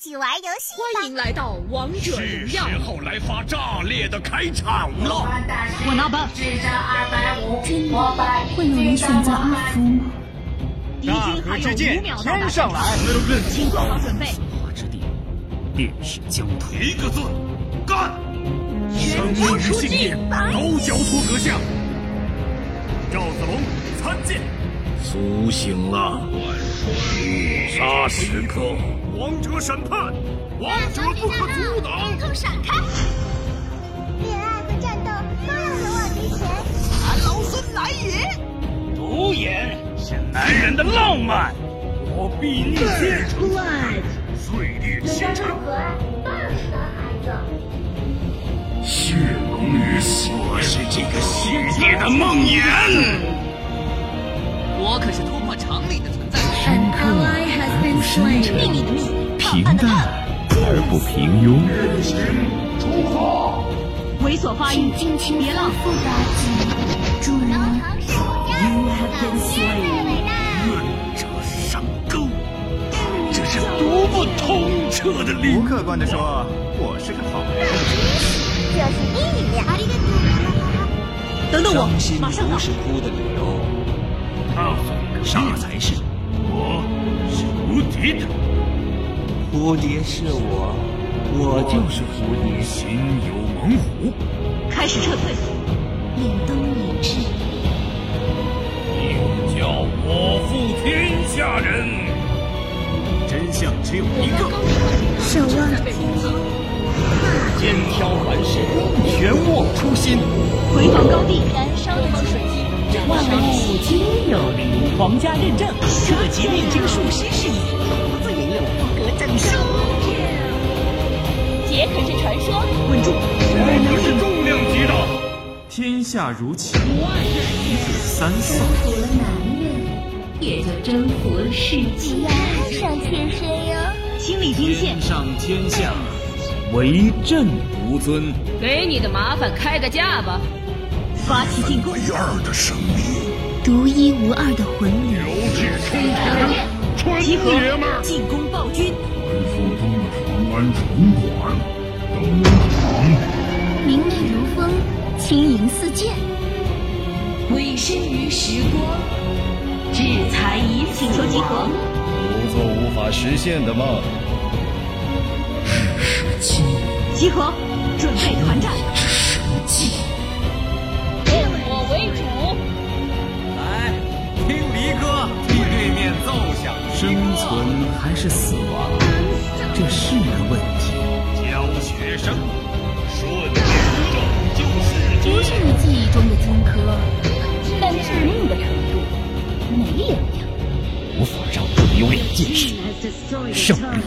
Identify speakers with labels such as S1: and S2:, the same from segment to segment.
S1: 起玩游戏吧。
S2: 欢迎来到王者
S3: 是
S2: 荣
S3: 时
S2: 耀。
S3: 候来发炸裂的开场了。
S4: 我拿吧。会有人选择阿福吗？
S2: 敌军还有五秒到达战场，
S3: 来，没有认
S2: 请做好准备。
S5: 法之地，便是疆土。
S3: 一个字，干！
S2: 全军出击，
S3: 高脚托阁下，赵子龙参见。苏醒了，杀时刻，王者审判，王者不可阻挡。
S1: 头闪开！恋爱和战斗都要勇往直前。
S3: 独眼是男人的浪漫，我必逆天。碎裂星辰，血龙与血，是这个世界的梦魇。
S2: 我可是突破常理的存在。秘密的秘，
S6: 平淡而不平庸，
S2: 猥琐发育，别浪。
S1: 楼城是我家，老天最伟大。
S3: 愿者上钩，这是读不通彻的理
S6: 不客观的说，我是个好人。
S1: 这是力量。阿里嘎多
S2: 等等我，马上到。
S3: 啊！那才是，我是无敌的。
S7: 蝴蝶是我，我就是蝴蝶。
S3: 心有猛虎，
S2: 开始撤退。
S3: 又叫我负天下人。真相只有一个，
S7: 肩挑环视，玄握初心。
S2: 回防高地，燃烧的水晶，万物皆有灵。皇家认证，特级炼金术师是你，独自拥有合格证书。铁可是传说，稳住！
S3: 我可是重量级的。
S6: 天下如棋，一子三送。
S4: 也就征服了世界。
S1: 爱上天生哟。
S2: 心理金线，
S6: 上天下，为朕独尊。
S8: 给你的麻烦开个价吧。
S2: 发起进攻，
S3: 二的生命，
S4: 独一无二的魂灵，
S3: 有志冲天，纯
S2: 集合
S3: 爷们儿。
S2: 进攻暴君，
S3: 传说中的长安城管，东厂
S4: 明媚如风，轻盈似箭。
S2: 委身于石锅，制裁已请求集合，
S6: 不做无法实现的梦。
S2: 集合，准备团战。
S8: 变我为主。
S7: 来，听离歌，替对面奏响。
S5: 生存还是死亡，这是个问题。
S3: 教学生，顺流的就是这
S4: 不是你记忆中的荆轲，但致命的程度没有呀。
S5: 无法让不有脸见识胜利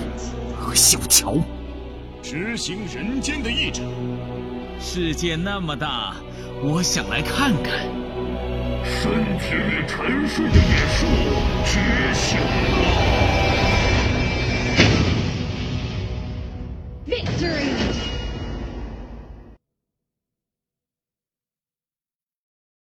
S5: 和小乔。
S3: 执行人间的意志。
S7: 世界那么大，我想来看看。
S3: 身体里沉睡的野兽觉醒了。